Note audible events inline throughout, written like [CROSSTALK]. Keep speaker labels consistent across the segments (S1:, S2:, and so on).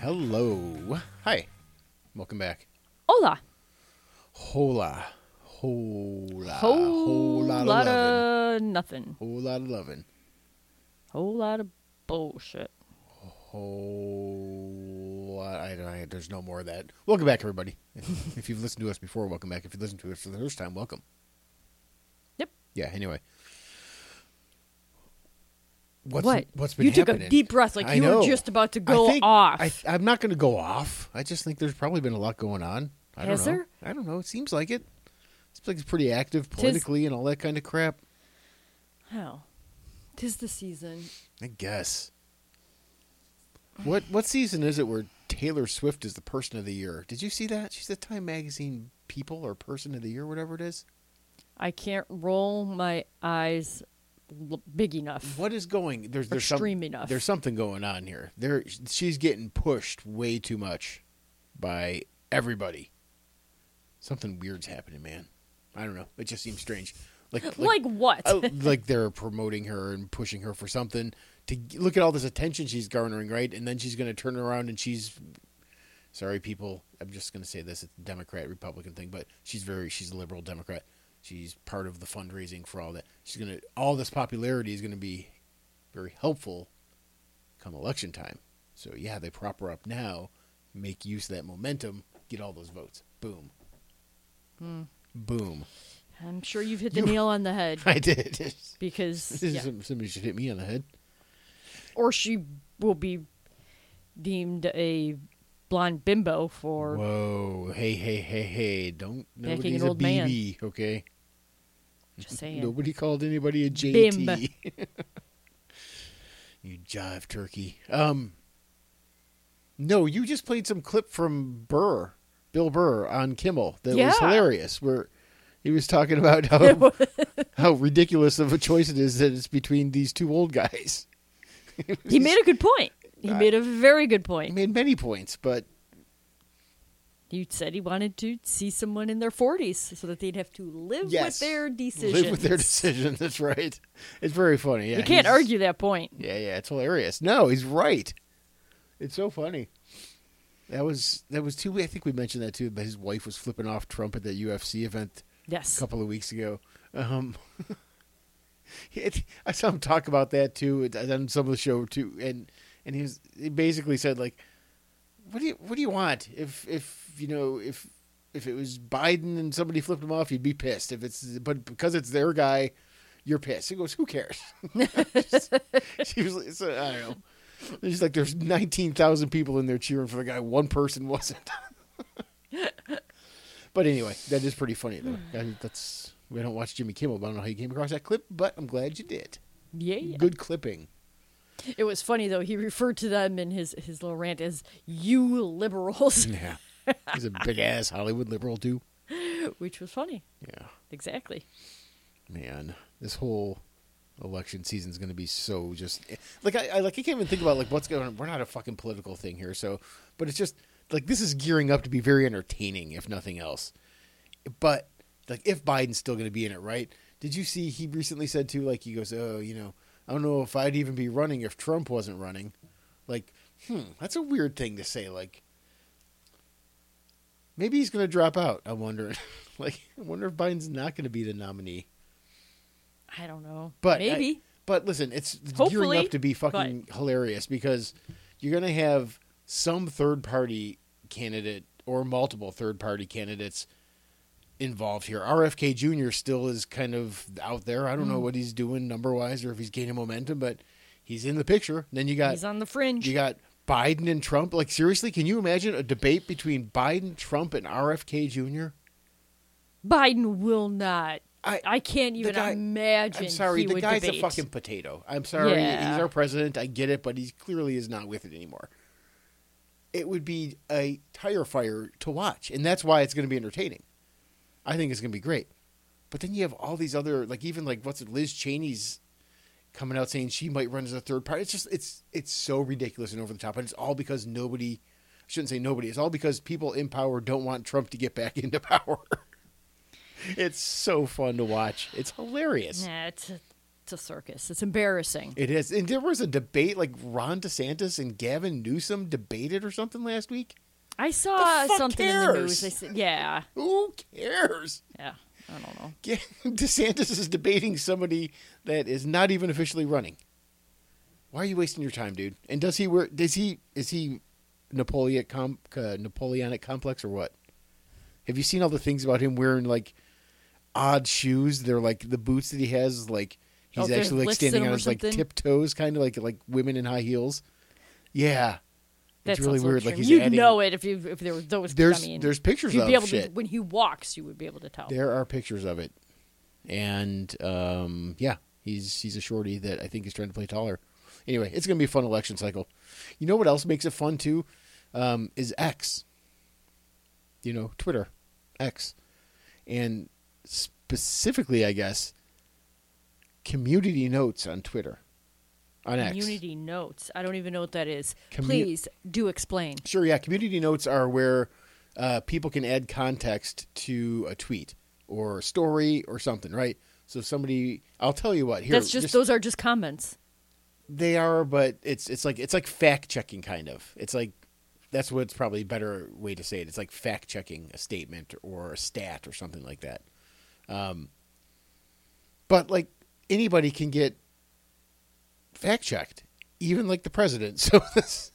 S1: Hello. Hi. Welcome back.
S2: Hola.
S1: Hola. Hola.
S2: Whole
S1: Hola.
S2: lot of nothing.
S1: Whole lot of loving.
S2: Whole lot of bullshit.
S1: Whole lot. I, I, there's no more of that. Welcome back, everybody.
S2: [LAUGHS]
S1: If, if you've listened to us before, welcome back. If you listened to us for the first time, welcome.
S2: Yep.
S1: Yeah, anyway. What's,
S2: what?
S1: What's been
S2: you
S1: happening?
S2: took a deep breath like
S1: I
S2: you
S1: know.
S2: were just about to
S1: I
S2: go
S1: think-
S2: off.
S1: I, I'm not going to go off. I just think there's probably been a lot going on. I
S2: Has
S1: don't know.
S2: there?
S1: I don't know. It seems like it. It's like it's pretty active politically and all that kind of crap.
S2: How? Tis the season.
S1: I guess. What what season is it where Taylor Swift is the person of the year? Did you see that? She's the Time magazine people or person of the year, whatever it is.
S2: I can't roll my eyes l- big enough.
S1: What is going? There's there's some-
S2: Extreme enough.
S1: There's something going on here. There she's getting pushed way too much by everybody. Something weird's happening, man. I don't know. It just seems strange. Like [LAUGHS]
S2: Like, what?
S1: uh, like they're promoting her and pushing her for something to g- look at all this attention she's garnering, right? And then she's going to turn around and she's sorry, people. I'm just going to say this: it's a Democrat Republican thing, but she's very she's a liberal Democrat. She's part of the fundraising for all that. She's going to all this popularity is going to be very helpful come election time. So yeah, they prop her up now, make use of that momentum, get all those votes. Boom. Boom.
S2: [LAUGHS]
S1: [LAUGHS]
S2: I'm sure you've hit the
S1: you-
S2: nail on the
S1: [LAUGHS]
S2: head
S1: I did.
S2: because yeah.
S1: Somebody should hit me on the head.
S2: or she will be deemed a blonde bimbo for
S1: Whoa! Hey, hey, hey, hey! Don't
S2: Backing
S1: nobody's
S2: an
S1: a
S2: old man.
S1: BB, okay?
S2: just saying.
S1: Nobody called anybody a
S2: Bim.
S1: JT. [LAUGHS] you jive turkey. Um, no, you just played some clip from Burr, Bill Burr on Kimmel that was
S2: Yeah.
S1: hilarious. Where he was talking about how how ridiculous of a choice it is that it's between these two old guys.
S2: He made a good point. He
S1: I-
S2: made a very good
S1: He
S2: point.
S1: made many points, but
S2: He said he wanted to see someone in their 40s so that they'd have to live
S1: Yes.
S2: with their decisions.
S1: live with their decision. [LAUGHS] That's right. It's very funny. Yeah,
S2: you can't
S1: he's-
S2: argue that point.
S1: Yeah, yeah, it's hilarious. No, he's right. It's so funny. That was that was too. I think we mentioned that too. But his wife was flipping off Trump at that UFC event a
S2: Yes.
S1: couple of weeks ago. Um, [LAUGHS] it, I saw him talk about that too it- on some of the show too, and and he was he basically said like, "What do you what do you want? If if you know if if it was Biden and somebody flipped him off, you'd be pissed. If it's but because it's their guy, you're pissed." He goes, "Who cares?" [LAUGHS] she was like, so, I don't know. It's just like there's 19,000 people in there cheering for the guy. One person wasn't. but anyway, that is pretty funny though. I- that's we don't watch Jimmy Kimmel, but I don't know how you came across that clip, but I'm glad you did.
S2: Yeah, yeah.
S1: Good clipping.
S2: It was funny, though. He referred to them in his, his little rant as you
S1: [LAUGHS]
S2: liberals,
S1: Yeah. He's a big ass Hollywood liberal too.
S2: which was funny.
S1: Yeah.
S2: Exactly.
S1: Man, this whole election season's going to be so just like I, I like I can't even think about like what's going on. We're not a fucking political thing here, so but it's just like this is gearing up to be very entertaining, if nothing else. But like if Biden's still going to be in it, right? Did you see he recently said too? Like he goes, oh, you know, I don't know if I'd even be running if Trump wasn't running. Like, hmm, that's a weird thing to say. Like, maybe he's going to drop out. I'm wondering. [LAUGHS] like, I wonder if Biden's not going to be the nominee.
S2: I don't know.
S1: But I-
S2: Maybe.
S1: but listen, it's it's
S2: Hopefully,
S1: gearing up to be fucking hilarious because you're gonna have some third party candidate or multiple third party candidates involved here. RFK Jr. still is kind of out there. I don't
S2: Mm.
S1: know what he's doing number wise or if he's gaining momentum, but he's in the picture. Then you got
S2: He's on the fringe.
S1: you got Biden and Trump. Like seriously, can you imagine a debate between Biden, Trump, and RFK Jr.?
S2: Biden will not.
S1: I-
S2: I, can't even
S1: guy-
S2: imagine.
S1: I'm sorry,
S2: he
S1: the
S2: would
S1: guy's
S2: debate.
S1: a fucking potato. I'm sorry,
S2: Yeah.
S1: he's our president. I get it, but he clearly is not with it anymore. It would be a tire fire to watch, and that's why it's going to be entertaining. I think it's going to be great. But then you have all these other, like even like what's it, Liz Cheney's coming out saying she might run as a third party. It's just it's it's so ridiculous and over the top, and it's all because nobody. I shouldn't say nobody. It's all because people in power don't want Trump to get back [LAUGHS] into power. it's so fun to watch. It's hilarious.
S2: Nah, it's a It's a circus. It's embarrassing.
S1: It is. And there was a debate like Ron DeSantis and Gavin Newsom debated or something last week.
S2: I saw
S1: The fuck
S2: something in the news.
S1: cares?
S2: They said, yeah,
S1: Who cares?
S2: yeah. I don't know.
S1: Ga- [LAUGHS] DeSantis is debating somebody that is not even officially running. Why are you wasting your time, dude? And does he wear? Does he? Is he Napoleon com, uh, Napoleonic complex or what? Have you seen all the things about him wearing like odd shoes? They're like the boots that he has. Like
S2: Oh,
S1: he's
S2: there's
S1: actually like
S2: lifts in
S1: standing
S2: them
S1: on
S2: or
S1: his like
S2: something?
S1: tiptoes, kind of like like women in high heels. Yeah,
S2: That
S1: it's really
S2: sounds so
S1: weird. Like
S2: extreme.
S1: he's
S2: you'd
S1: adding-
S2: know it if you if there were those.
S1: There's
S2: I mean,
S1: there's pictures
S2: you'd
S1: of
S2: be able
S1: shit.
S2: to when he walks, you would be able to tell.
S1: There are pictures of it, and um, yeah, he's he's a shorty that I think is trying to play taller. Anyway, it's gonna be a fun election cycle. You know what else makes it fun too? Um, is X. You know, Twitter, X, and specifically, I guess, community notes on Twitter, on X.
S2: Community notes. I don't even know what that is.
S1: Commu-
S2: Please do explain.
S1: Sure, yeah. Community notes are where uh, people can add context to a tweet or a story or something, right? So somebody, I'll tell you what. Here,
S2: That's just, those are just comments.
S1: They are, but it's it's like it's like fact checking kind of. It's like that's what's probably a better way to say it. It's like fact checking a statement or a stat or something like that. Um, but like anybody can get fact checked, even like the president. [LAUGHS] So this,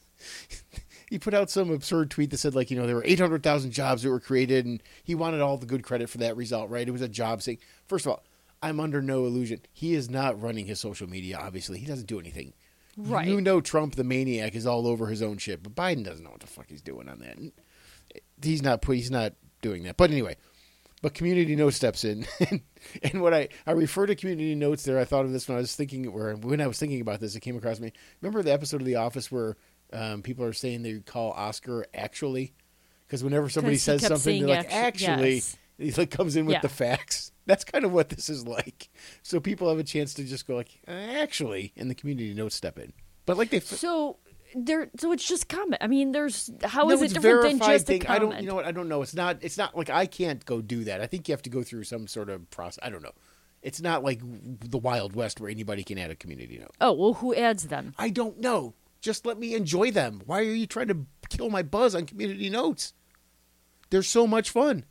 S1: he put out some absurd tweet that said like you know there were eight hundred thousand jobs that were created, and he wanted all the good credit for that result. Right? It was a job thing. First of all, I'm under no illusion. He is not running his social media. Obviously, he doesn't do anything.
S2: Right.
S1: You know, Trump the maniac is all over his own shit, but Biden doesn't know what the fuck he's doing on that. And He's not. put- He's not doing that. But anyway, but community notes steps in [LAUGHS] and what I, I refer to community notes there i thought of this when i was thinking where when i was thinking about this it came across me remember the episode of the office where um, people are saying they call oscar actually because whenever somebody
S2: 'Cause he
S1: says
S2: kept
S1: something they're
S2: saying
S1: like
S2: actu-
S1: actually
S2: yes.
S1: he like comes in with
S2: Yeah.
S1: the facts [LAUGHS] that's kind of what this is like so people have a chance to just go like "Uh, actually and the community notes step in but like they
S2: So there. So it's just comment. I mean, there's how
S1: no,
S2: is
S1: it's
S2: it different than
S1: verified
S2: just a
S1: thing. I
S2: comment?
S1: don't. You know what? I don't know. It's not. It's not like I can't go do that. I think you have to go through some sort of process. I don't know. It's not like the Wild West where anybody can add a community note.
S2: oh well, who adds them?
S1: I don't know. Just let me enjoy them. Why are you trying to kill my buzz on community notes? They're so much fun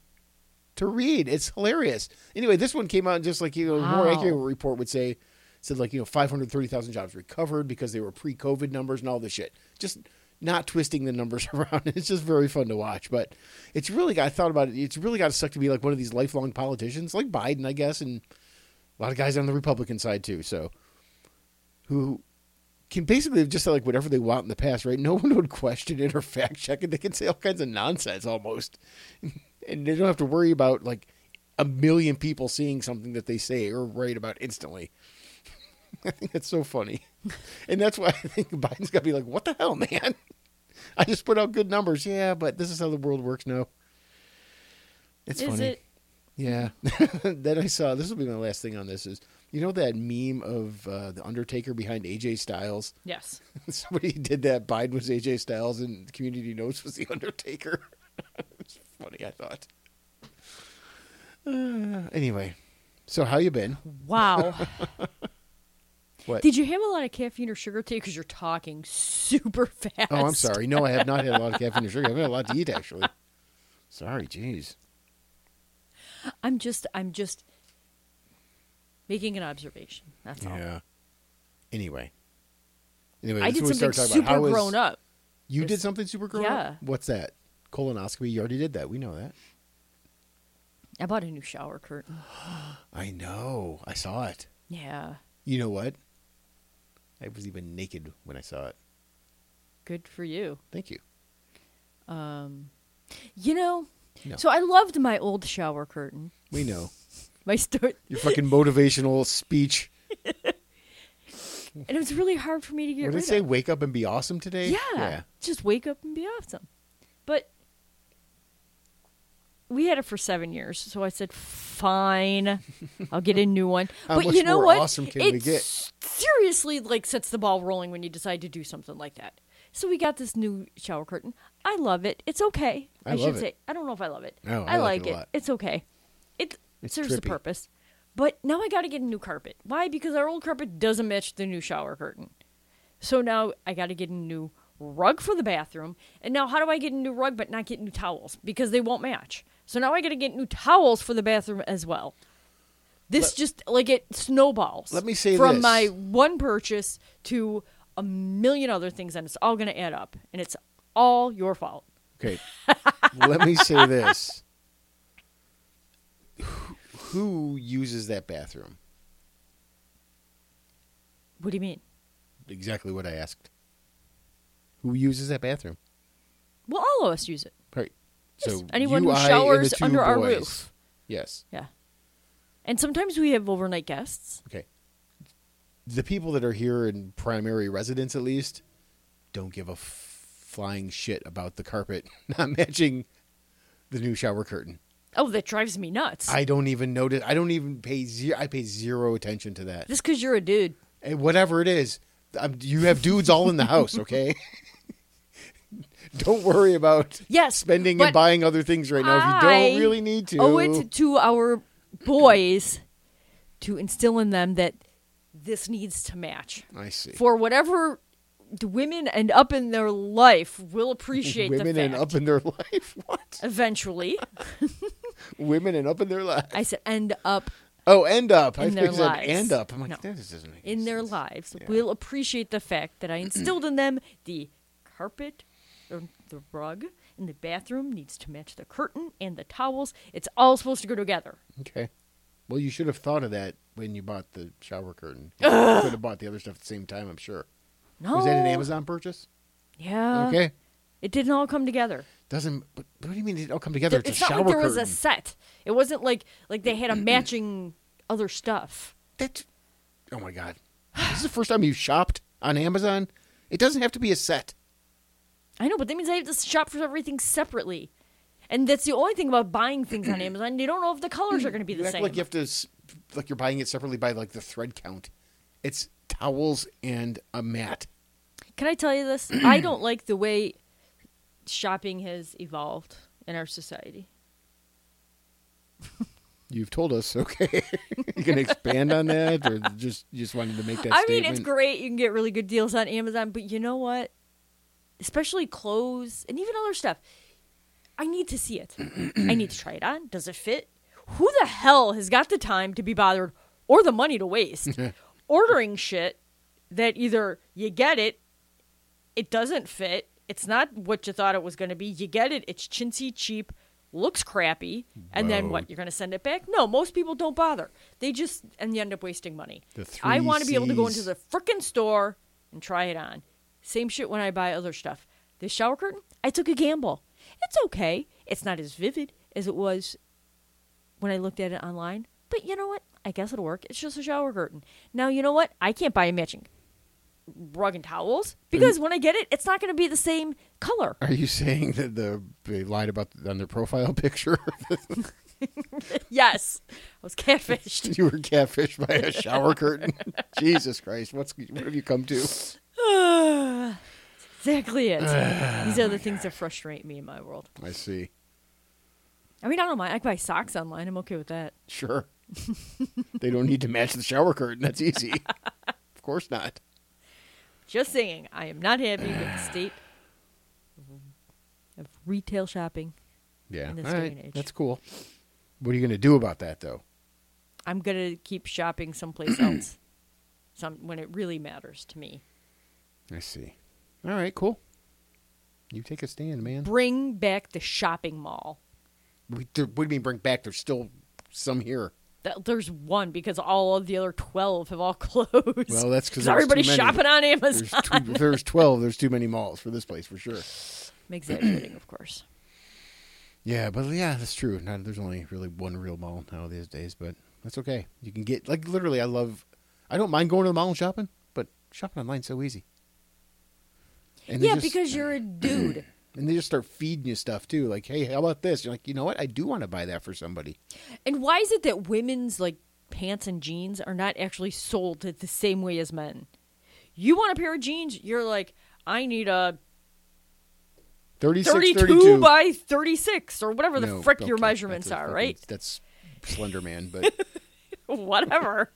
S1: to read. It's hilarious. Anyway, this one came out just like you know, a more
S2: Wow.
S1: accurate report would say said like you know 530,000 jobs recovered because they were pre-COVID numbers and all this shit. Just not twisting the numbers [LAUGHS] around. It's just very fun to watch, but it's really got I thought about it. It's really got to suck to be like one of these lifelong politicians like Biden, I guess, and a lot of guys on the Republican side too. So who can basically have just said like whatever they want in the past, right? No [LAUGHS] one would question it or fact check it. They can say all kinds of nonsense almost, [LAUGHS] and they don't have to worry about like a million people seeing something that they say or write about instantly. [LAUGHS] I think that's so funny, [LAUGHS] and that's why I think [LAUGHS] Biden's got to be like, "What the hell, man? [LAUGHS] I just put out good numbers, yeah, but this is how the world works now." It's
S2: is
S1: funny.
S2: it?
S1: Yeah. [LAUGHS] then I saw this will be my last thing on this is you know that meme of uh, the Undertaker behind AJ Styles.
S2: Yes.
S1: [LAUGHS] Somebody did that. Biden was AJ Styles and Community Notes was the [LAUGHS] Undertaker. it was funny. I thought. Uh, anyway, so how you been? [LAUGHS]
S2: Wow.
S1: What?
S2: Did you have a lot of caffeine or sugar today? Because you're talking super [LAUGHS] fast.
S1: oh, I'm sorry. No, I have not had a lot of caffeine or sugar. I've had a lot to eat actually. Sorry, jeez.
S2: I'm just. I'm just making an observation. That's all.
S1: Yeah. Anyway. Anyway,
S2: I
S1: that's
S2: did
S1: when we
S2: something
S1: started talking
S2: super
S1: about how is-
S2: grown up.
S1: You did
S2: There's-
S1: something super grown
S2: Yeah.
S1: up? What's that? Colonoscopy. You already did that. We know that.
S2: I bought a new shower curtain.
S1: I know. I saw it.
S2: Yeah.
S1: You know what? I was even naked when I saw it.
S2: Good for you.
S1: Thank you.
S2: Um, you know,
S1: No.
S2: so I loved my old shower curtain.
S1: We know.
S2: My sto- [LAUGHS]
S1: Your fucking motivational speech.
S2: and it was really hard for me to get
S1: What did
S2: rid
S1: they say?
S2: of.
S1: Wake up and be awesome today?
S2: Yeah, just wake up and be awesome. But we had it for seven years, so I said,
S1: [LAUGHS]
S2: "Fine, I'll get a new one."
S1: How
S2: but
S1: much
S2: you know
S1: more
S2: what?
S1: awesome can
S2: it
S1: we get?
S2: s- seriously like sets the ball rolling when you decide to do something like that. So we got this new shower curtain. I love it. It's okay.
S1: I
S2: should
S1: love it.
S2: say. I don't know if I love it.
S1: No, I
S2: I,
S1: like
S2: like
S1: it a
S2: it.
S1: lot.
S2: It's okay. It
S1: It's
S2: serves the
S1: trippy.
S2: purpose. But now I got to get a new carpet. Why? Because our old carpet doesn't match the new shower curtain. So now I got to get a new rug for the bathroom. And now how do I get a new rug but not get new towels? Because they won't match. So now I got to get new towels for the bathroom as well. This just like it snowballs.
S1: Let me say
S2: from
S1: this.
S2: my one purchase to a million other things, and it's all going to add up, and it's all your fault. [LAUGHS]
S1: Okay. Let me say this. Who who uses that bathroom?
S2: What do you mean?
S1: Exactly what I asked. Who uses that bathroom?
S2: Well, all of us use it.
S1: Right.
S2: Yes,
S1: So
S2: anyone
S1: you,
S2: who
S1: I, and the
S2: showers
S1: two
S2: under our
S1: boys.
S2: roof.
S1: Yes.
S2: Yeah. And sometimes we have overnight guests.
S1: Okay. The people that are here in primary residence, at least, don't give a f- flying shit about the carpet [LAUGHS] not matching the new shower curtain.
S2: Oh, that drives me nuts.
S1: I don't even notice. I don't even pay zero. I pay zero attention to that.
S2: Just because you're a dude.
S1: Hey, whatever it is, I'm, you have dudes all in the
S2: [LAUGHS]
S1: house. Okay. [LAUGHS] don't worry about
S2: Yes.
S1: spending
S2: but
S1: and buying other things right now if you
S2: I
S1: don't really need to.
S2: Owe it to our boys to instill in them that this needs to match.
S1: I see.
S2: For whatever the women end up in their life will appreciate the
S1: Women
S2: fact.
S1: and up in their [LAUGHS] life. What?
S2: Eventually.
S1: Women and up in their life.
S2: I said end up
S1: Oh, end up. I
S2: In
S1: think
S2: their
S1: you said
S2: lives.
S1: end up. I'm like,
S2: No.
S1: this doesn't make any
S2: in their
S1: sense.
S2: lives
S1: Yeah.
S2: will appreciate the
S1: [CLEARS THROAT]
S2: fact that I instilled in them the carpet or the rug in the bathroom needs to match the curtain and the towels. It's all supposed to go together.
S1: Okay. Well, you should have thought of that when you bought the shower
S2: [LAUGHS]
S1: curtain. You could have bought the other stuff at the same time, I'm sure.
S2: No.
S1: Was that an Amazon purchase?
S2: Yeah.
S1: okay.
S2: It didn't all come together.
S1: Doesn't. But, but what do you mean it all come together?
S2: There-
S1: it's,
S2: it's
S1: a
S2: not
S1: shower
S2: like there
S1: curtain.
S2: was a set. It wasn't like like
S1: [CLEARS THROAT]
S2: they had a matching other stuff.
S1: That- oh my
S2: [SIGHS]
S1: god! this is the first time you shopped on Amazon. It doesn't have to be a set.
S2: I know, but that means I have to shop for everything separately. And that's the only thing about buying
S1: [CLEARS THROAT]
S2: things on Amazon. You don't know if the colors are going to be
S1: You
S2: the
S1: act
S2: same.
S1: like you have to, s- like you're buying it separately by like the thread count. It's towels and a mat.
S2: Can I tell you this? I don't like the way shopping has evolved in our society.
S1: You've told us, okay. [LAUGHS] you can expand on that, or just you just wanted to make that.
S2: I mean,
S1: statement?
S2: it's great. You can get really good deals on Amazon, but you know what? Especially clothes and even other stuff. I need to see it. I need to try it on. Does it fit? Who the hell has got the time to be bothered or the money to
S1: [LAUGHS]
S2: waste ordering shit that either you get it, it doesn't fit, it's not what you thought it was going to be, you get it, it's chintzy, cheap, looks crappy, and then
S1: Whoa.
S2: what? You're going to send it back? No, most people don't bother. They just, and you end up wasting money.
S1: The
S2: I
S1: three
S2: want to be able to go into
S1: Cs.
S2: the frickin' store and try it on. Same shit when I buy other stuff. This shower curtain, I took a gamble. It's okay. It's not as vivid as it was when I looked at it online. But you know what? I guess it'll work. It's just a shower curtain. Now, you know what? I can't buy a matching rug and towels because when I get it, it's not going to be the same
S1: [LAUGHS]
S2: color.
S1: Are you saying that the they lied about on their profile [LAUGHS] picture?
S2: yes. [LAUGHS] I was catfished. [SIGHS]
S1: you were catfished by a shower curtain. [LAUGHS] Jesus Christ, what's what have you come to? [SIGHS]
S2: exactly it. These
S1: Oh
S2: are the things that frustrate me in my world.
S1: I see.
S2: I mean, I don't mind. I can buy socks online. I'm okay with that.
S1: Sure, they don't need to match the shower curtain. That's easy. of course not.
S2: Just saying, I am not happy with the state of retail shopping.
S1: Yeah,
S2: In this
S1: all
S2: day
S1: right,
S2: and age.
S1: that's cool. What are you going to do about that, though?
S2: I'm gonna keep
S1: [CLEARS THROAT]
S2: shopping someplace else, some when it really matters to me.
S1: I see. All right, cool. You take a stand, man.
S2: Bring back the shopping mall.
S1: We, there, what do you mean bring back? There's still some
S2: [LAUGHS]
S1: here.
S2: That, there's one because all of the other twelve have all [LAUGHS] closed.
S1: Well, that's 'cause there was too
S2: everybody's
S1: many.
S2: shopping on
S1: There's, [CLEARS THROAT]
S2: Amazon.
S1: two, if there's 12. There's too many malls for this place for sure.
S2: I'm exaggerating, of course.
S1: Yeah, but yeah, that's true. Not, there's only really one real mall now these days, but that's okay. You can get like literally. I love. I don't mind going to the mall and shopping, but shopping online's so easy. And they
S2: yeah,
S1: just-
S2: because you're a dude.
S1: and they just start feeding you stuff too. Like, hey, how about this? You're like, you know what? I do want to buy that for somebody.
S2: and why is it that women's like pants and jeans are not actually sold at the same way as men? You want a pair of jeans? You're like, I need a
S1: 36,
S2: 32,
S1: 32.
S2: by 36 or whatever the
S1: No,
S2: frick
S1: okay,
S2: your measurements
S1: that's a
S2: are,
S1: fucking-
S2: right? [LAUGHS]
S1: That's Slender Man, but
S2: whatever.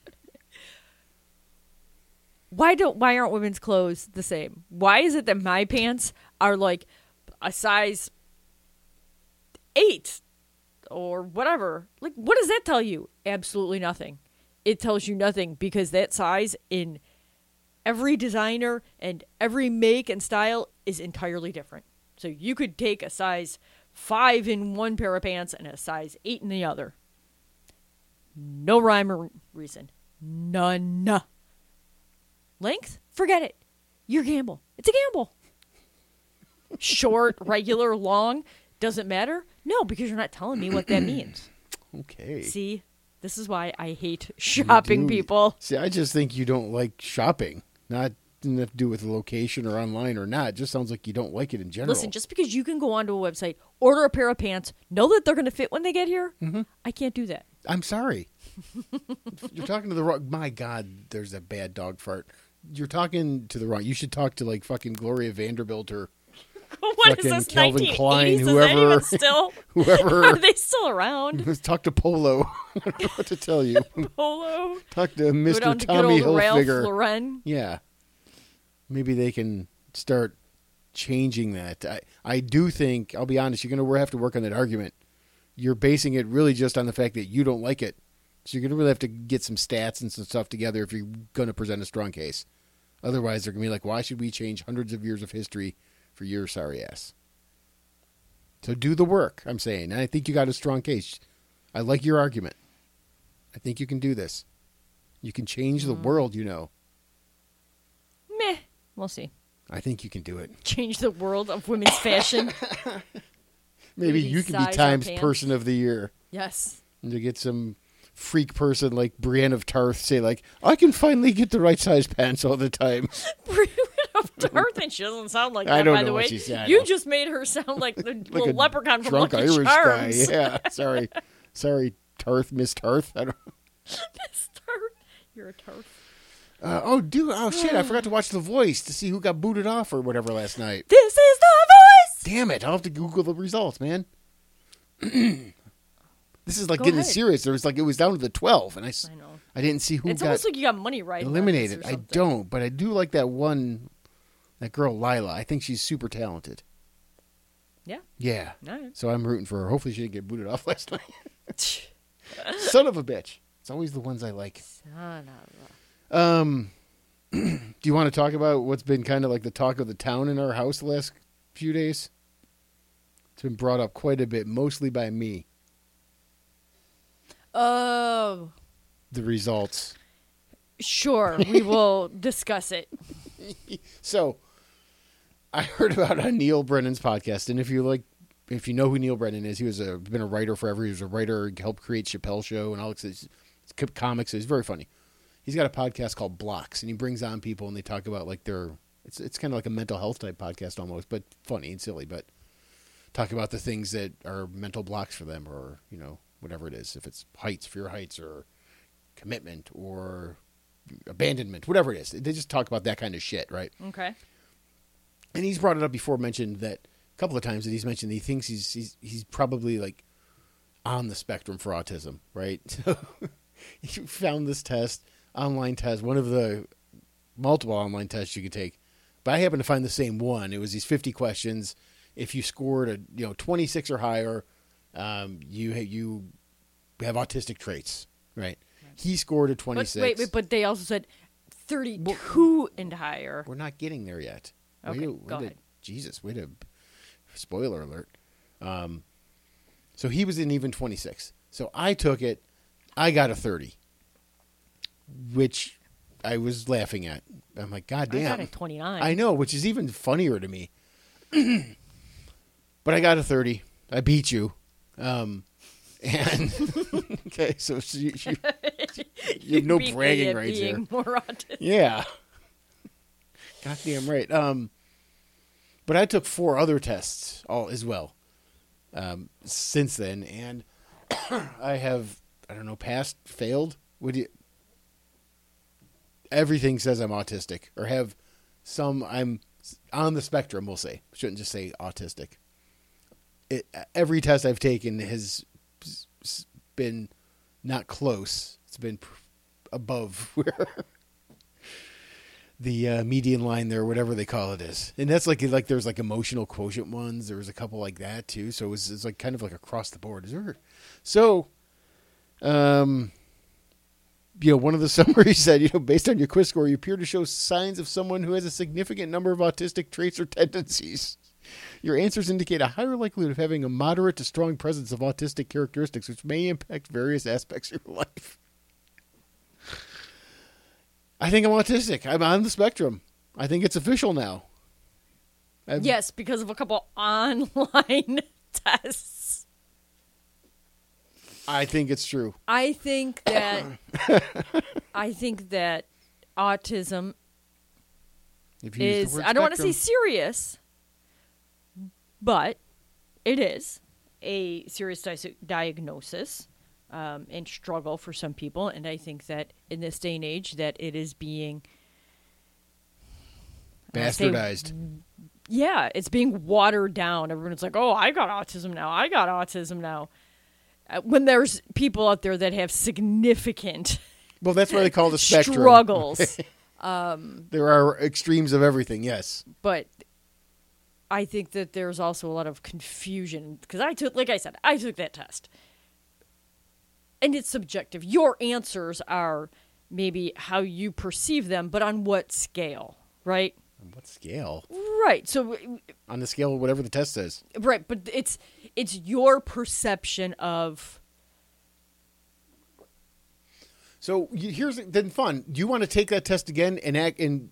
S2: Why don't why aren't women's clothes the same? Why is it that my pants are like a size 8 or whatever? Like what does that tell you? Absolutely nothing. It tells you nothing because that size in every designer and every make and style is entirely different. So you could take a size 5 in one pair of pants and a size 8 in the other. No rhyme or reason. None. Length? Forget it. Your gamble. It's a gamble. [LAUGHS] Short, regular, long, doesn't matter? No, because you're not telling me what [CLEARS THROAT] that means.
S1: Okay.
S2: See, this is why I hate shopping
S1: Dude.
S2: people.
S1: See, I just think you don't like shopping. Not doesn't have to do with the location or online or not. just sounds like you don't like it in general.
S2: Listen, just because you can go onto a website, order a pair of pants, know that they're going to fit when they get here, I can't do that.
S1: I'm sorry. [LAUGHS] You're talking to the wrong. My God, there's a bad dog fart. You're talking to the wrong. You should talk to like fucking Gloria Vanderbilt or
S2: [LAUGHS] what is
S1: Fucking
S2: this,
S1: Calvin
S2: 1980s?
S1: Klein,
S2: is that
S1: whoever-
S2: even [LAUGHS] still? Are
S1: whoever.
S2: they still [LAUGHS] around?
S1: talk to Polo. [LAUGHS] I don't know what to tell you.
S2: Polo?
S1: Talk to
S2: Go down
S1: Mr.
S2: to
S1: Tommy
S2: good old Ralph
S1: Hilfiger.
S2: Lauren.
S1: Yeah. Maybe they can start changing that. I, I do think, I'll be honest, you're going to have to work on that argument. You're basing it really just on the fact that you don't like it. So you're going to really have to get some stats and some stuff together if you're going to present a strong case. Otherwise, they're going to be like, why should we change hundreds of years of history for your sorry ass? So do the work, I'm saying. And I think you got a strong case. I like your argument. I think you can do this. You can change the world, you know.
S2: Meh. We'll see.
S1: I think you can do it.
S2: Change the world
S1: [LAUGHS]
S2: of women's fashion.
S1: Maybe
S2: Maybe
S1: you can
S2: size
S1: be
S2: our
S1: Times
S2: pants.
S1: Person of the Year.
S2: [LAUGHS] yes.
S1: And you get some freak person like Brienne of Tarth say like, I can finally get the right size pants all the
S2: [LAUGHS]
S1: time.
S2: Bring it up to Earth, and she doesn't sound like
S1: I
S2: that,
S1: don't
S2: by
S1: know
S2: the
S1: what
S2: way.
S1: she said, I
S2: you
S1: know.
S2: just made her sound like the
S1: [LAUGHS] Like
S2: little leprechaun from
S1: drunk
S2: Lucky
S1: Irish
S2: Charms. [LAUGHS]
S1: guy. [LAUGHS] Yeah. Sorry. Sorry, Tarth, Miss Tarth. I don't
S2: Start- You're a turf.
S1: uh, oh dude, oh shit, I forgot to watch The Voice to see who got booted off or whatever last night.
S2: This is the voice!
S1: Damn it, I'll have to Google the results, man. [CLEARS THROAT] this is like
S2: Go
S1: getting
S2: ahead.
S1: serious. There was like it was down to the twelve and I, s-
S2: I know.
S1: I didn't see who
S2: It's
S1: got
S2: almost like you got money right. on this
S1: eliminated.
S2: or
S1: I
S2: something.
S1: don't, but I do like that one, that girl Lila. I think she's super talented.
S2: Yeah.
S1: Yeah.
S2: Alright.
S1: [LAUGHS] So I'm rooting for her. Hopefully she didn't get booted [LAUGHS] off last night. Son of a bitch. It's always the ones I like.
S2: Son of
S1: Um, [CLEARS THROAT] do you want to talk about what's been kind of like the talk of the town in our house the last few days? It's been brought up quite a bit, mostly by me.
S2: a- Oh,
S1: The results.
S2: sure.
S1: [LAUGHS]
S2: We will discuss it.
S1: So I heard about uh, Neil Brennan's podcast, and if you like, if you know who Neil Brennan is, he was a been a writer forever. He was a writer, helped create Chappelle Show and all this his comics. He's very funny. He's got a podcast called Blocks, and he brings on people and they talk about like their. It's it's kind of like a mental health type podcast almost, but funny and silly. But talk about the things that are mental blocks for them, or you know whatever it is, if it's heights, fear of heights, or commitment, or abandonment, whatever it is. They just talk about that kind of shit, right?
S2: Okay.
S1: and he's brought it up before mentioned that a couple of times that he's mentioned that he thinks he's he's he's probably like on the spectrum for autism, right? [LAUGHS] So you found this test, online test, one of the multiple online tests you could take. But I happened to find the same one. It was these 50 questions. If you scored a, you know, 26 or higher, um, you ha- you have autistic traits, right? He scored a
S2: But
S1: 26.
S2: wait, wait, but they also said 32 and higher.
S1: We're not getting there yet. Way
S2: Okay,
S1: to-
S2: go
S1: way to-
S2: ahead.
S1: Jesus, wait a spoiler alert. Um, so he was in even 26. So I took it. I got a 30, which I was laughing at. I'm like, God
S2: I
S1: damn.
S2: got a 29.
S1: I know, which is even funnier to me. [CLEARS THROAT] but I got a 30. I beat you. Um, and [LAUGHS] okay, so she,
S2: [LAUGHS]
S1: she, you have no
S2: beat me
S1: bragging
S2: at
S1: rights
S2: being [LAUGHS]
S1: here.
S2: More autistic.
S1: Yeah. Goddamn right. Um, but I took four other tests all as well um, since then, and [CLEARS THROAT] I have I don't know passed, failed. Would you? Everything says I'm autistic, or have some I'm on the spectrum. We'll say shouldn't just say autistic. It, every test I've taken has s- been not close It's been pr- above [LAUGHS] where the uh, median line there, whatever they call it, is. And that's like like there's like emotional quotient ones. There was a couple like that too. So it was, it's like kind of like across the board. Is there? So, um, you know, one of the [LAUGHS] summaries said, you know, based on your quiz score, you appear to show signs of someone who has a significant number of autistic traits or tendencies. Your answers indicate a higher likelihood of having a moderate to strong presence of autistic characteristics, which may impact various aspects of your life. I think I'm autistic. I'm on the spectrum. I think it's official now. I've-
S2: Yes, because of a couple online [LAUGHS] tests.
S1: I think it's true.
S2: I think
S1: [LAUGHS]
S2: that I think that autism
S1: If you use
S2: is
S1: the word
S2: I don't want to say
S1: spectrum.
S2: serious, but it is a serious dis- diagnosis um, and struggle for some people. And I think that in this day and age, that it is being I wanna say-
S1: bastardized.
S2: yeah, it's being watered down. Everyone's like, oh, I got autism now. I got autism now. Uh, When there's people out there that have significant
S1: Well, that's why they call it a spectrum.
S2: struggles.
S1: There are extremes of everything. Yes.
S2: but I think that there's also a lot of confusion because I took, like I said, I took that test, and it's subjective. Your answers are maybe how you perceive them, but on what scale, right?
S1: On what scale?
S2: Right. So,
S1: On the scale of whatever the test says.
S2: right, but it's it's your perception of
S1: So y- here's then fun. Do you want to take that test again and act and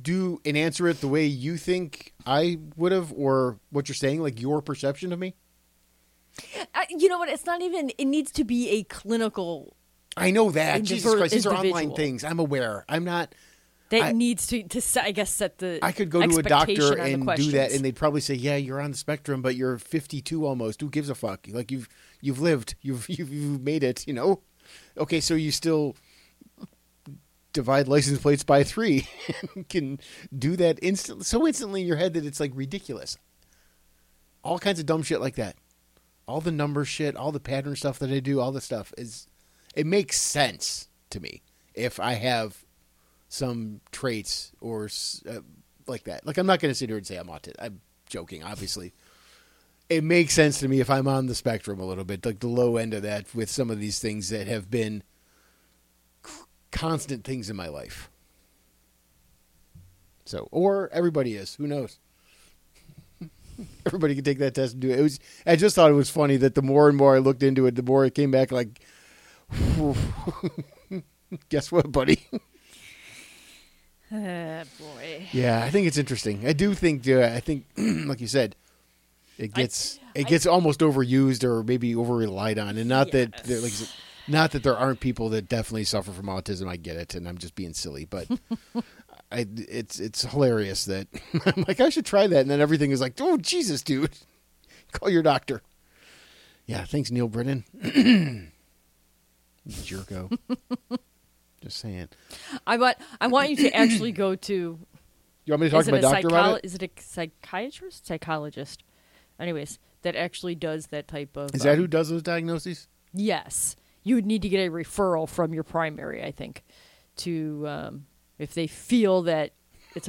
S1: do and answer it the way you think I would have, or what you're saying, like your perception of me?
S2: I, you know what? It's not even. It needs to be a clinical
S1: I know that.
S2: Indiv-
S1: Jesus Christ, these are online
S2: individual.
S1: things. I'm aware. I'm not.
S2: that
S1: I-
S2: needs to to set, I guess set the.
S1: I could go to a
S2: expectation
S1: doctor
S2: on the
S1: and do
S2: questions.
S1: that,
S2: [LAUGHS]
S1: and they'd probably say, "Yeah, you're on the spectrum, but you're 52 almost. Who gives a fuck? Like you've you've lived, you've [LAUGHS] you've, you've made it. You know, okay, so you still divide license plates by three, [LAUGHS] and can do that instantly, so instantly in your head that it's like ridiculous. All kinds of dumb shit like that, all the number shit, all the pattern stuff that I do, all the stuff is, it makes sense to me if I have some traits or s- uh, like that. Like I'm not going to sit here and say I'm autistic. I'm joking, obviously. It makes sense to me if I'm on the spectrum a little bit, like the low end of that, with some of these things that have been c- constant things in my life. So, or everybody is. Who knows? [LAUGHS] Everybody can take that test and do it. it was, I just thought it was funny that the more and more I looked into it, the more it came back like, [LAUGHS] guess what, buddy? [LAUGHS]
S2: Ah, boy.
S1: Yeah, I think it's interesting. I do think. Uh, I think, [CLEARS THROAT] like you said, it gets it
S2: I-
S1: gets almost overused or maybe over relied on, and not that there, like,
S2: Yes.
S1: not that there aren't people that definitely suffer from autism. I get it, and I'm just being silly,
S2: [LAUGHS]
S1: but I it's it's hilarious that [LAUGHS] I'm like I should try that, and then everything is like, oh Jesus, dude, [LAUGHS] call your doctor. Yeah, thanks, Neil Brennan. [CLEARS THROAT]
S2: [LAUGHS]
S1: Jerko. just saying.
S2: I want I want you to actually go to
S1: You want me to [CLEARS THROAT] talk
S2: is
S1: to
S2: it,
S1: my
S2: a
S1: doctor about
S2: psycholo-
S1: it?
S2: is it a psychiatrist psychologist anyways that actually does that type of
S1: Is that
S2: um,
S1: who does those diagnoses?
S2: yes you would need to get a referral from your primary I think to um, if they feel that it's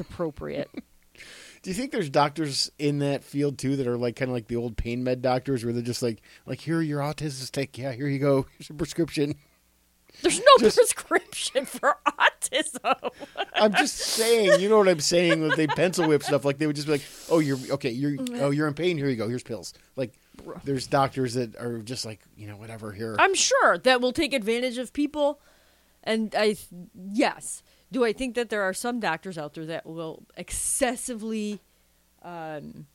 S1: [LAUGHS]
S2: appropriate
S1: Do you think there's doctors in that field too that are like kind of like the old pain med doctors where they're just like like here your autism take yeah here you go [LAUGHS] here's a prescription.
S2: there's no prescription for [LAUGHS] autism
S1: I'm just saying, you know what I'm saying? When they pencil whip stuff, like they would just be like, oh you're okay, you're oh you're in pain, here you go, here's pills. Like there's doctors that are just like you know whatever here.
S2: I'm sure that will take advantage of people and I th- yes do I think that there are some doctors out there that will excessively um,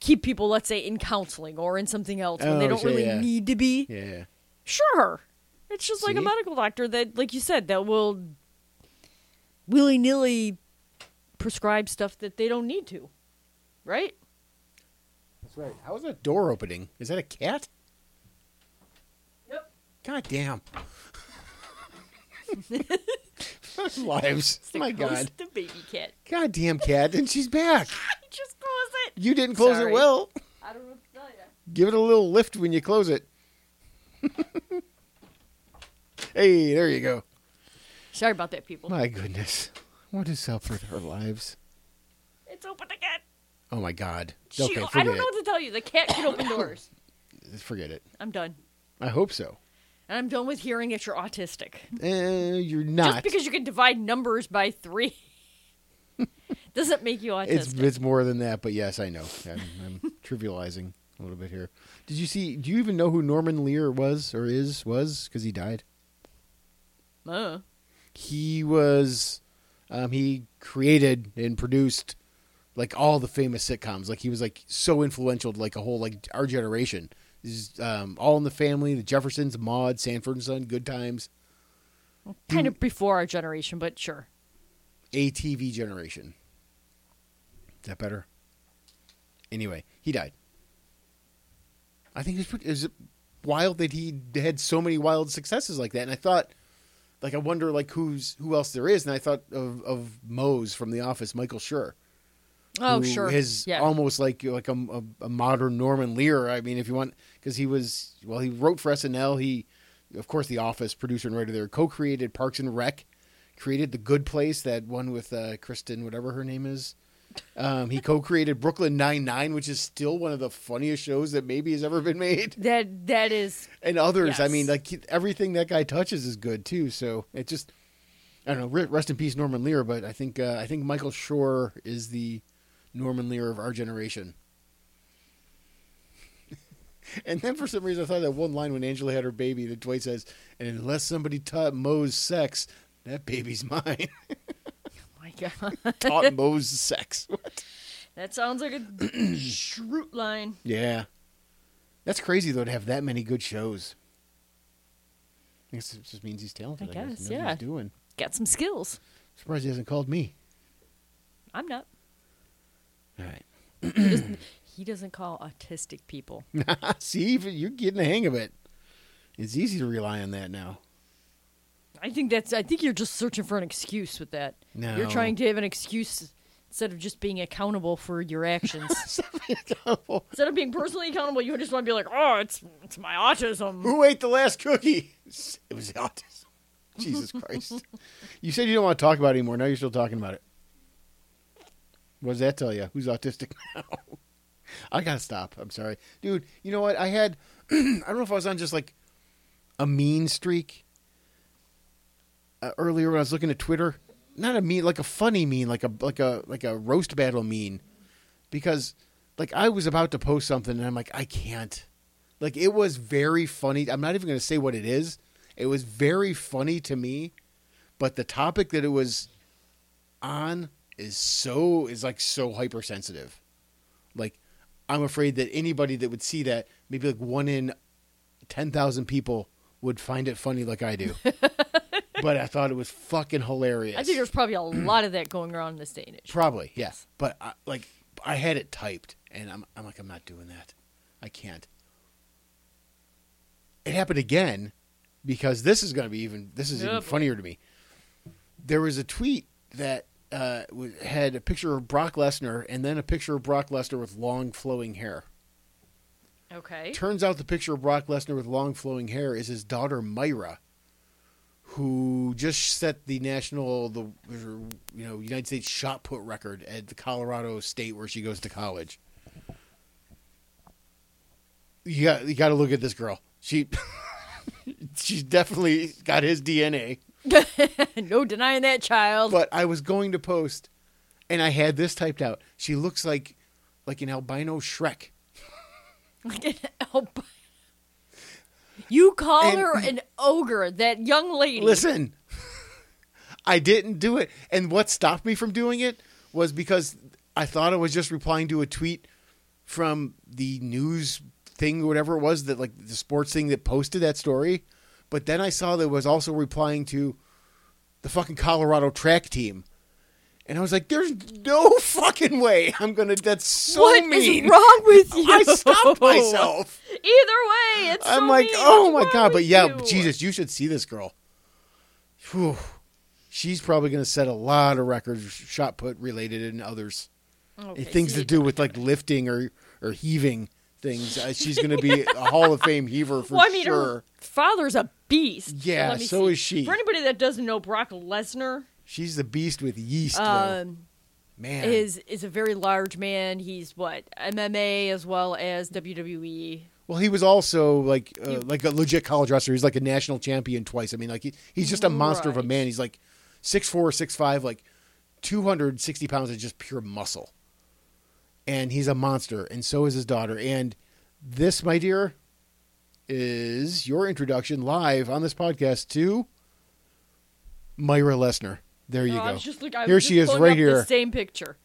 S2: keep people, let's say, in counseling or in something else when
S1: Oh,
S2: they don't
S1: sure,
S2: really
S1: yeah.
S2: need to be.
S1: yeah,
S2: Sure, it's just like a
S1: See?
S2: medical doctor that, like you said, that will willy nilly prescribe stuff that they don't need to, right?
S1: that's right. How is that door opening? Is that a cat?
S2: Yep.
S1: God
S2: [LAUGHS]
S1: damn. Lives. My God.
S2: the baby cat.
S1: Goddamn cat, and she's back.
S2: I just close [LAUGHS] it.
S1: You didn't close
S2: Sorry.
S1: it well.
S2: I don't know what to tell you.
S1: Give it a little lift when you close it. [LAUGHS] Hey, there you go.
S2: Sorry about that, people.
S1: My goodness. What has suffered our lives?
S2: It's open again.
S1: Oh my God.
S2: She,
S1: Okay, forget
S2: I don't know
S1: it.
S2: what to tell you. The cat can open [COUGHS] doors.
S1: Forget it.
S2: I'm done.
S1: I hope so.
S2: And I'm done with hearing that you're autistic.
S1: Eh, you're
S2: Just
S1: not.
S2: because you can divide numbers by three [LAUGHS] doesn't make you autistic.
S1: it's it's more than that, but yes, I know. I'm, I'm [LAUGHS] trivializing a little bit here. Did you see? Do you even know who Norman Lear was or is was? Because he died.
S2: Uh,
S1: he was um, he created and produced like all the famous sitcoms like he was like so influential to like a whole like our generation This is, um, all in the family the jeffersons maud sanford and son good times
S2: kind
S1: Mm.
S2: of before our generation, but sure.
S1: atv generation is that better anyway he died i think it's pretty, it was wild that he had so many wild successes like that and i thought like i wonder like who's who else there is and i thought of of Mose from the office michael schur
S2: Oh,
S1: who
S2: sure.
S1: Is
S2: yeah.
S1: almost like like a, a, a modern Norman Lear. I mean, if you want, because he was well, he wrote for SNL. He, of course, The Office producer and writer there, co-created Parks and Rec, created The Good Place, that one with uh, Kristen, whatever her name is. Um, he co-created Brooklyn Nine Nine, which is still one of the funniest shows that maybe has ever been made,
S2: that that is
S1: and others. I
S2: Yes.
S1: mean, like he- everything that guy touches is good too. So it just, I don't know. re- Rest in peace, Norman Lear. But I think uh, I think Michael Shore is the Norman Lear of our generation. [LAUGHS] and then for some reason, I thought of that one line when Angela had her baby that Dwight says, "And unless somebody taught Moe's sex, that baby's [LAUGHS] mine."
S2: my god. [LAUGHS]
S1: taught Moe's sex.
S2: That sounds like a shroot line.
S1: Yeah. That's crazy though to have that many good shows. I guess it just means he's talented.
S2: I
S1: I guess,
S2: guess,
S1: He knows what he's
S2: yeah.
S1: doing.
S2: Got some skills.
S1: Surprised he hasn't called me.
S2: I'm not.
S1: All right.
S2: He doesn't call autistic people.
S1: [LAUGHS] See, even you're getting the hang of it. It's easy to rely on that now.
S2: I think that's. I think you're just searching for an excuse with that.
S1: No.
S2: You're trying to have an excuse instead of just being accountable for
S1: [LAUGHS]
S2: your actions. instead of being personally accountable, you just want to be like, "Oh, it's it's my autism."
S1: Who ate the last cookie? It was autism. Jesus Christ. [LAUGHS] you said you don't want to talk about it anymore. Now you're still talking about it. What does that tell you? Who's autistic [LAUGHS] now? I gotta stop. I'm sorry, dude. You know what? I had [CLEARS THROAT] I don't know if I was on just like a mean streak uh, earlier when I was looking at Twitter. Not a mean, like a funny mean, like a like a like a roast battle mean, because like I was about to post something and I'm like I can't. Like it was very funny. I'm not even gonna say what it is. It was very funny to me, but the topic that it was on is so is like so hypersensitive. Like I'm afraid that anybody that would see that, maybe like one in ten thousand people would find it funny like
S2: [LAUGHS]
S1: I do. but I thought it was fucking hilarious.
S2: I think there's probably a lot of that going around in this day and age.
S1: Probably, yes. But I, like, I had it typed, and I'm, I'm like, I'm not doing that. I can't. It happened again because this is going to be even this is
S2: Yeah,
S1: even
S2: boy.
S1: funnier to me. There was a tweet that uh, w- had a picture of Brock Lesnar and then a picture of Brock Lesnar with long flowing hair.
S2: Okay.
S1: Turns out the picture of Brock Lesnar with long flowing hair is his daughter Myra, who just set the national the you know United States shot put record at the Colorado State where she goes to college. You got you got to look at this girl. She [LAUGHS] she's definitely got his DNA.
S2: [LAUGHS] no denying that, child.
S1: But I was going to post, and I had this typed out. She looks like like an albino Shrek.
S2: [LAUGHS] Oh, b- you call
S1: And-
S2: her an ogre, that young lady.
S1: Listen, [LAUGHS] I didn't do it. And what stopped me from doing it was because I thought I was just replying to a tweet from the news thing, or whatever it was, that like the sports thing that posted that story. But then I saw that it was also replying to the fucking Colorado track team. And I was like, there's no [LAUGHS] fucking way I'm going to. That's so
S2: What is
S1: mean.
S2: wrong with you?
S1: I
S2: [LAUGHS]
S1: stopped myself.
S2: Either way, it's.
S1: I'm
S2: so
S1: like,
S2: mean.
S1: oh
S2: What's
S1: my god!
S2: wrong
S1: But
S2: with
S1: yeah,
S2: you?
S1: Jesus, you should see this girl. Whew. She's probably going to set a lot of records, shot put related, and others,
S2: Okay,
S1: and things
S2: so
S1: to do with like lifting or or
S2: [LAUGHS]
S1: heaving things. Uh, she's going to be a Hall of Fame heaver for
S2: Well, I mean,
S1: sure.
S2: her father's a beast.
S1: Yeah,
S2: Let me
S1: so
S2: see.
S1: is she.
S2: For anybody that doesn't know, Brock Lesnar
S1: She's the beast with yeast. though.
S2: um,
S1: Man,
S2: is is a very large man. He's what MMA as well as E. WWE.
S1: well, he was also like uh, like a legit college wrestler. He's like a national champion twice. I mean, like he, he's just a monster of a
S2: Right.
S1: man. He's like six four, six five, like two hundred sixty pounds of just pure muscle, and he's a monster. And so is his daughter. And this, my dear, is your introduction live on this podcast to Myra Lesnar. There you
S2: Oh, I
S1: go.
S2: was just looking- I was
S1: Here
S2: just
S1: she is,
S2: pulling
S1: right
S2: up the
S1: here.
S2: same picture.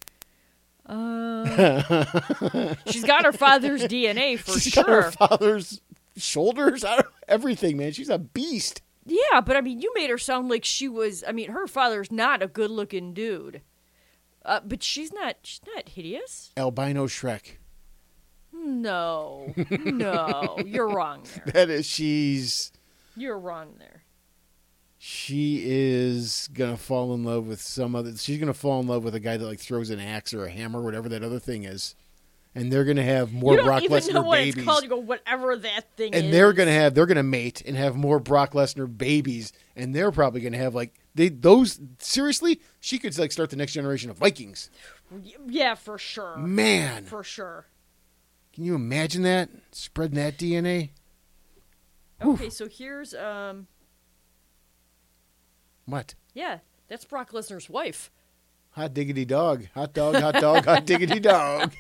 S2: Uh, she's got her father's DNA for
S1: [LAUGHS] She's
S2: sure.
S1: got her father's shoulders, [LAUGHS] I don't- everything, man. She's a beast.
S2: Yeah, but I mean, you made her sound like she was. I mean, her father's not a good-looking dude, uh, but she's not. She's not hideous.
S1: Albino Shrek. [LAUGHS]
S2: No, no, you're wrong there.
S1: That is, she's
S2: You're wrong there.
S1: she is gonna fall in love with some other. She's gonna fall in love with a guy that like throws an axe or a hammer, whatever that other thing is, and they're gonna have more
S2: you don't
S1: Brock
S2: even know
S1: Lesnar
S2: what
S1: babies.
S2: it's called. You go whatever that thing is.
S1: and they're gonna have they're gonna mate and have more Brock Lesnar babies, and they're probably gonna have like they those seriously. She could like start the next generation of Vikings.
S2: Yeah, for sure.
S1: Man,
S2: For sure.
S1: can you imagine that spreading that DNA?
S2: Okay, so here's um.
S1: What?
S2: Yeah, that's Brock Lesnar's wife. [LAUGHS]
S1: Hot diggity dog. Hot dog, hot dog, hot diggity dog.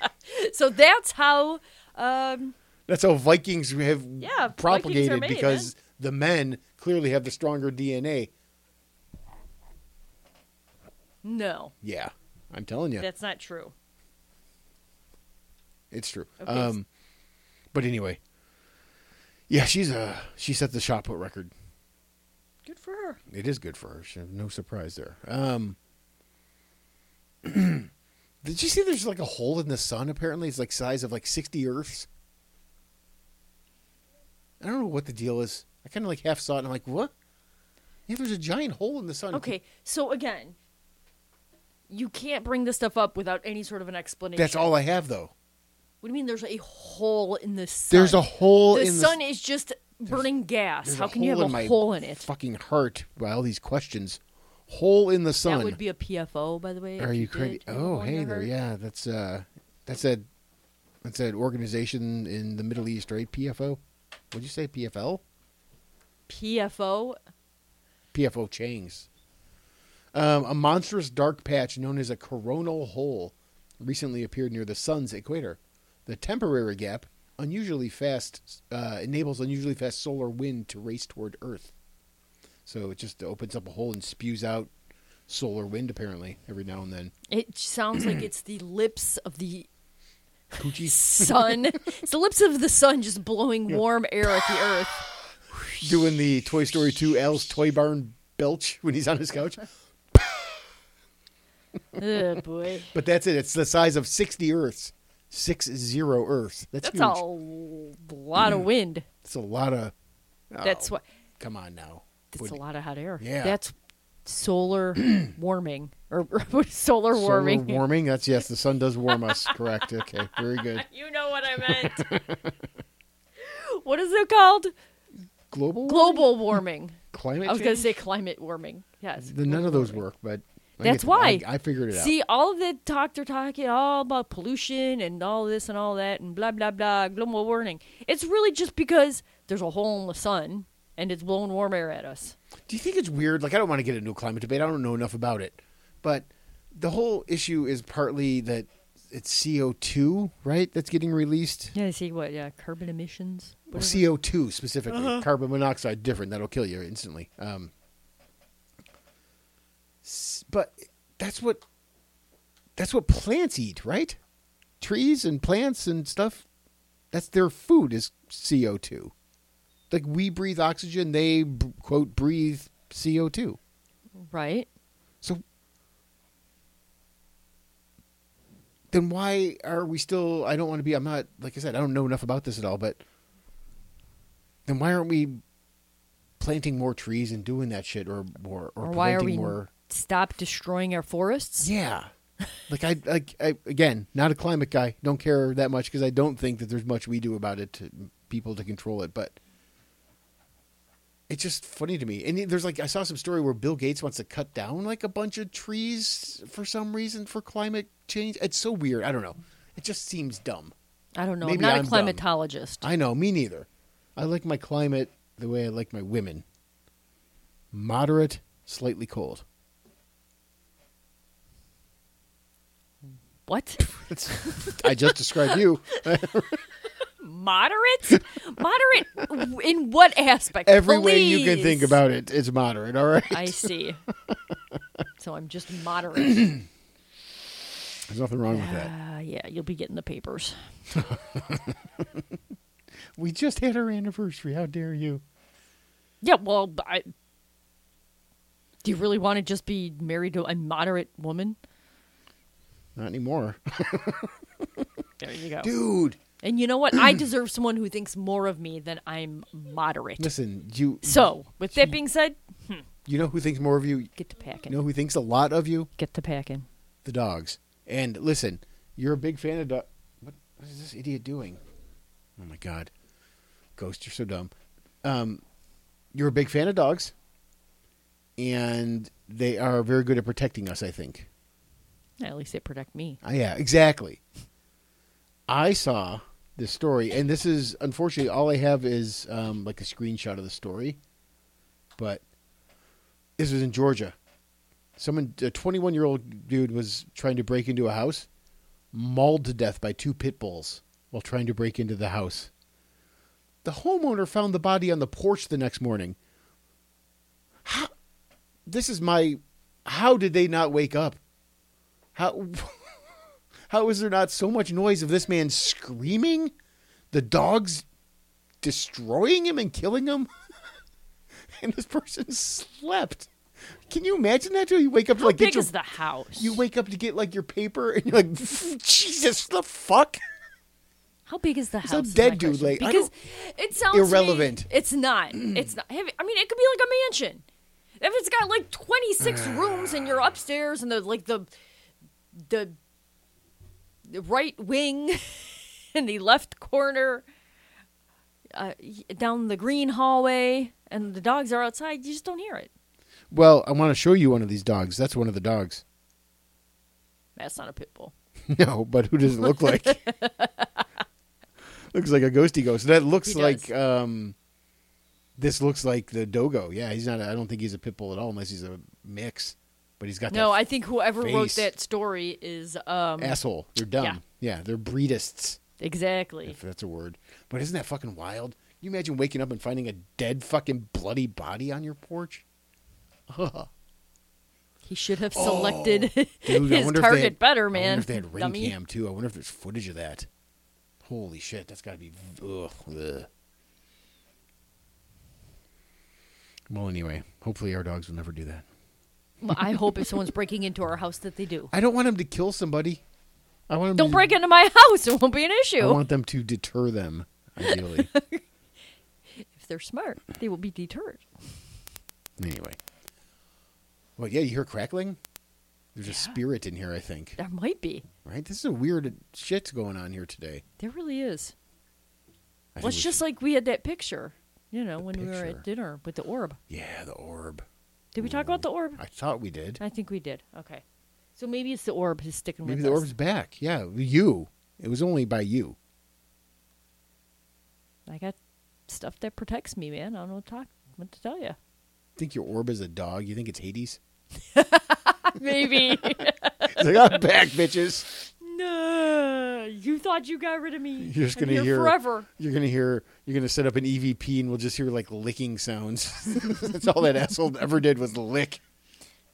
S2: So that's how. Um,
S1: That's how Vikings have
S2: Yeah,
S1: propagated
S2: Vikings are made,
S1: because the men clearly have the stronger DNA.
S2: no,
S1: Yeah, I'm telling you,
S2: that's not true.
S1: it's true.
S2: Okay.
S1: Um, but anyway, yeah, she's a she set the shot put record.
S2: Good for her.
S1: It is good for her. She- No surprise there. Um, [CLEARS THROAT] did you see? There's like a hole in the sun. Apparently, it's like size of like 60 Earths. I don't know what the deal is. I kind of like half saw it. and I'm like, what? Yeah, there's a giant hole in the sun.
S2: Okay, so again, you can't bring this stuff up without any sort of an explanation.
S1: that's all I have though.
S2: What do you mean? There's a hole in the sun.
S1: There's a hole
S2: The
S1: in the
S2: sun is just burning gas.
S1: there's
S2: How
S1: a
S2: can you have
S1: hole
S2: a
S1: in my
S2: hole in it?
S1: fucking heart. By all these questions, hole in the sun.
S2: That would be a PFO, by the way. if
S1: Are you
S2: did
S1: crazy?
S2: have
S1: Oh,
S2: one in
S1: hey
S2: your
S1: there.
S2: heart.
S1: Yeah, that's uh, that's a that's an organization in the Middle East, right? PFO. Would you say PFL?
S2: PFO.
S1: PFO Changs. Um, a monstrous dark patch known as a coronal hole recently appeared near the sun's equator. The temporary gap, unusually fast, uh, enables unusually fast solar wind to race toward Earth. So it just opens up a hole and spews out solar wind, apparently, every now and then.
S2: It
S1: [CLEARS THROAT]
S2: sounds like it's the lips of the
S1: Coochie
S2: sun. [LAUGHS] it's the lips of the sun just blowing warm air at the earth.
S1: doing the Toy Story 2 Al's Toy Barn belch when he's on his couch.
S2: Oh
S1: [LAUGHS]
S2: boy,
S1: But that's it. It's the size of 60 Earths. Six zero Earths. That's,
S2: that's
S1: huge.
S2: a lot of wind.
S1: It's a lot of. Oh,
S2: That's what.
S1: Come on now.
S2: That's
S1: Would-
S2: a lot of hot air.
S1: Yeah.
S2: That's
S1: [CLEARS THROAT]
S2: solar warming or [LAUGHS] solar
S1: Solar
S2: warming. [LAUGHS]
S1: warming. That's yes. The sun does warm us. Correct. Okay. Very good.
S2: you know what I
S1: [LAUGHS]
S2: meant. what is it called?
S1: Global.
S2: Global warming.
S1: Climate.
S2: I was going
S1: change?
S2: to say climate warming. Yes.
S1: The, none of those work, but I
S2: That's
S1: get-
S2: why.
S1: I, I figured it out.
S2: See, all of the talk they're talking all about pollution and all this and all that and blah blah blah global warming. It's really just because there's a hole in the sun and it's blowing warm air at us.
S1: Do you think it's weird? Like, I don't want to get into a climate debate. I don't know enough about it. But the whole issue is partly that it's CO2, right? That's getting released.
S2: Yeah, you see what? Yeah, carbon emissions.
S1: Well,
S2: whatever.
S1: CO2 specifically, carbon monoxide, different. That'll kill you instantly. Um, s- but that's what that's what plants eat, right? Trees and plants and stuff. That's their food is CO2. Like we breathe oxygen, they b- quote breathe CO2.
S2: right?
S1: So then why are we still I don't want to be I'm not like I said I don't know enough about this at all but then why aren't we planting more trees and doing that shit or or, or,
S2: Or
S1: planting
S2: why are we
S1: more
S2: stop destroying our forests?
S1: Yeah. Like I like I again, not a climate guy. Don't care that much because I don't think that there's much we do about it to people to control it, but it's just funny to me. And there's like I saw some story where Bill Gates wants to cut down like a bunch of trees for some reason for climate change. It's so weird. I don't know. It just seems dumb.
S2: I don't know.
S1: Maybe
S2: I'm
S1: I'm
S2: not
S1: dumb.
S2: a climatologist.
S1: I know, me neither. I like my climate the way I like my women. Moderate, slightly cold.
S2: What? [LAUGHS]
S1: I just described you.
S2: Moderate? Moderate w- in what aspect?
S1: Every way you can
S2: Please.
S1: think about it, it's moderate, all right?
S2: I
S1: [LAUGHS]
S2: see. so I'm just moderate.
S1: There's nothing wrong with that.
S2: Uh, yeah, you'll be getting the papers.
S1: We just had our anniversary. How dare you?
S2: Yeah, well, b- I, do you really want to just be married to a moderate woman?
S1: Not anymore. [LAUGHS]
S2: There you go.
S1: Dude,
S2: And you know what?
S1: [CLEARS THROAT]
S2: I deserve someone who thinks more of me than I'm moderate.
S1: listen, you
S2: So, with that being said,
S1: you know who thinks more of you?
S2: get to packing.
S1: You know who thinks a lot of you?
S2: Get to packing.
S1: The dogs. And listen, you're a big fan of dog. What, what is this idiot doing? Oh my god, Ghost, you're so dumb. Um, you're a big fan of dogs, and they are very good at protecting us. I think.
S2: At least they protect me.
S1: Uh, yeah, exactly. I saw this story, and this is unfortunately all I have is um, like a screenshot of the story. But this was in Georgia. Someone, a 21 year old dude, was trying to break into a house, mauled to death by two pit bulls while trying to break into the house. The homeowner found the body on the porch the next morning. How? This is my. How did they not wake up? How? [LAUGHS] How is there not so much noise of this man screaming? The dogs destroying him and killing him? [LAUGHS] and this person slept. Can you imagine that? Too? You wake up to
S2: How
S1: like
S2: big
S1: get your
S2: is the house?
S1: you wake up to get like your paper and you're like, [LAUGHS] Jesus, the fuck?
S2: How big is the house?
S1: a
S2: is
S1: dead
S2: my
S1: dude,
S2: question.
S1: like, I
S2: because it sounds to me-
S1: Irrelevant. [CLEARS THROAT]
S2: it's not. It's not. Have- I mean, it could be like a mansion. If it's got like
S1: [SIGHS]
S2: twenty six rooms and you're upstairs and the like the the, the right wing [LAUGHS] and the left corner, uh, y- down the green hallway, and the dogs are outside, you just don't hear it.
S1: Well, I want to show you one of these dogs. That's one of the dogs.
S2: That's not a pit bull.
S1: [LAUGHS] No, but who does it look
S2: [LAUGHS]
S1: like? looks like a ghosty ghost. That looks
S2: He
S1: like
S2: does.
S1: um this looks like the dogo. Yeah, he's not I I don't think he's a pit bull at all unless he's a mix. But he's got
S2: No,
S1: that
S2: I think whoever wrote
S1: face.
S2: that story is um
S1: asshole. They're dumb. Yeah.
S2: Yeah.
S1: they're breedists,
S2: exactly.
S1: if that's a word. But isn't that fucking wild? Can you imagine waking up and finding a dead fucking bloody body on your porch?
S2: He should have selected
S1: Oh. Dude, I
S2: [LAUGHS] his
S1: wonder if they
S2: target
S1: had-
S2: better,
S1: I
S2: man.
S1: wonder if they had ring
S2: Dummy.
S1: cam too. I wonder if there's footage of that. Holy shit, that's got to be. Ugh, ugh. Well, anyway, hopefully our dogs will never do that.
S2: Well, I hope if someone's breaking into our house that
S1: [LAUGHS]
S2: they do.
S1: I don't want them to kill somebody. I want them
S2: Don't
S1: to,
S2: break into my house; it won't be an
S1: I
S2: issue.
S1: want them to deter them.
S2: [LAUGHS]
S1: Ideally,
S2: If they're smart, they will be deterred.
S1: anyway. Well, yeah, you hear crackling. There's a spirit in here, I think.
S2: There might be.
S1: Right? This is a weird shit going on here today.
S2: There really is.
S1: I
S2: well,
S1: think we
S2: it's just
S1: should-
S2: like we had that picture, you know, when we were
S1: picture.
S2: at dinner with the orb.
S1: yeah, the orb.
S2: Did we talk about the orb?
S1: I thought we did.
S2: I think we did. Okay, so maybe it's the orb is sticking
S1: Maybe
S2: with
S1: the
S2: us.
S1: orb's back. Yeah, you. It was only by you.
S2: I got stuff that protects me, man. I don't know what to, talk, what to tell
S1: [LAUGHS]
S2: you.
S1: Think your orb is a dog? You think it's Hades?
S2: [LAUGHS] maybe.
S1: It's like, I'm back, bitches.
S2: no, you thought you got rid of me.
S1: You're just
S2: I'm
S1: gonna
S2: here
S1: hear-
S2: forever.
S1: You're gonna hear. You're gonna set up an EVP, and we'll just hear like licking sounds. [LAUGHS] That's all that asshole ever did was lick.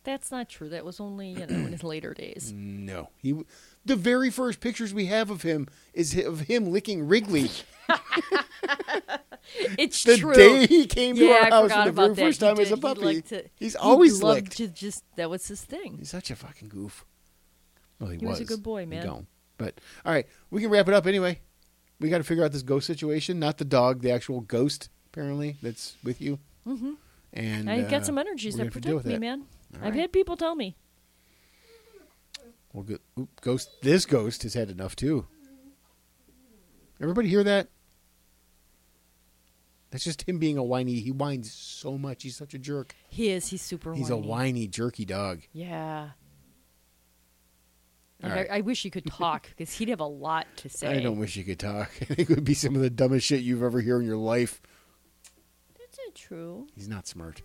S2: That's not true. That was only you know in his later days.
S1: Mm. No, he. The very first pictures we have of him is hi- of him licking
S2: [LAUGHS]
S1: Wrigley.
S2: It's
S1: The
S2: true.
S1: day he came to our
S2: yeah, I
S1: house
S2: forgot
S1: for the
S2: about
S1: very
S2: that.
S1: first
S2: He
S1: time
S2: did.
S1: as a
S2: He
S1: puppy.
S2: liked to-
S1: He's
S2: he
S1: always
S2: loved
S1: licked.
S2: To just that was his thing.
S1: He's such a fucking goof. Well, he,
S2: He was a good boy,
S1: He
S2: man.
S1: gone. But all right, we can wrap it up anyway. We got to figure out this ghost situation, not the dog, the actual ghost apparently that's with you.
S2: Mm-hmm.
S1: And
S2: I
S1: uh,
S2: got some energies
S1: we're gonna
S2: that
S1: have to deal
S2: protect
S1: with
S2: me,
S1: that.
S2: man.
S1: All
S2: I've
S1: right.
S2: had people tell me.
S1: Well, go- oop, ghost. This ghost has had enough too. Everybody hear that? That's just him being a whiny. He whines so much. He's such a jerk.
S2: He is. He's super.
S1: He's a
S2: whiny.
S1: whiny, jerky dog.
S2: Yeah.
S1: All
S2: Like,
S1: right.
S2: I, I wish he could
S1: [LAUGHS]
S2: talk because he'd have a lot to say.
S1: I don't wish you could talk. [LAUGHS] it would be some of the dumbest shit you've ever heard in your life.
S2: That's not true.
S1: He's not smart.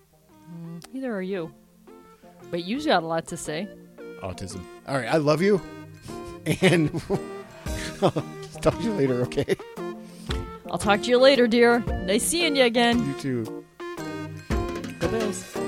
S2: Neither are you. But you've got a lot to say.
S1: Autism. All right. I love you. [LAUGHS] And [LAUGHS] I'll talk to you later, okay?
S2: I'll talk to you later, dear. Nice seeing you again.
S1: You too.
S2: Bye-bye.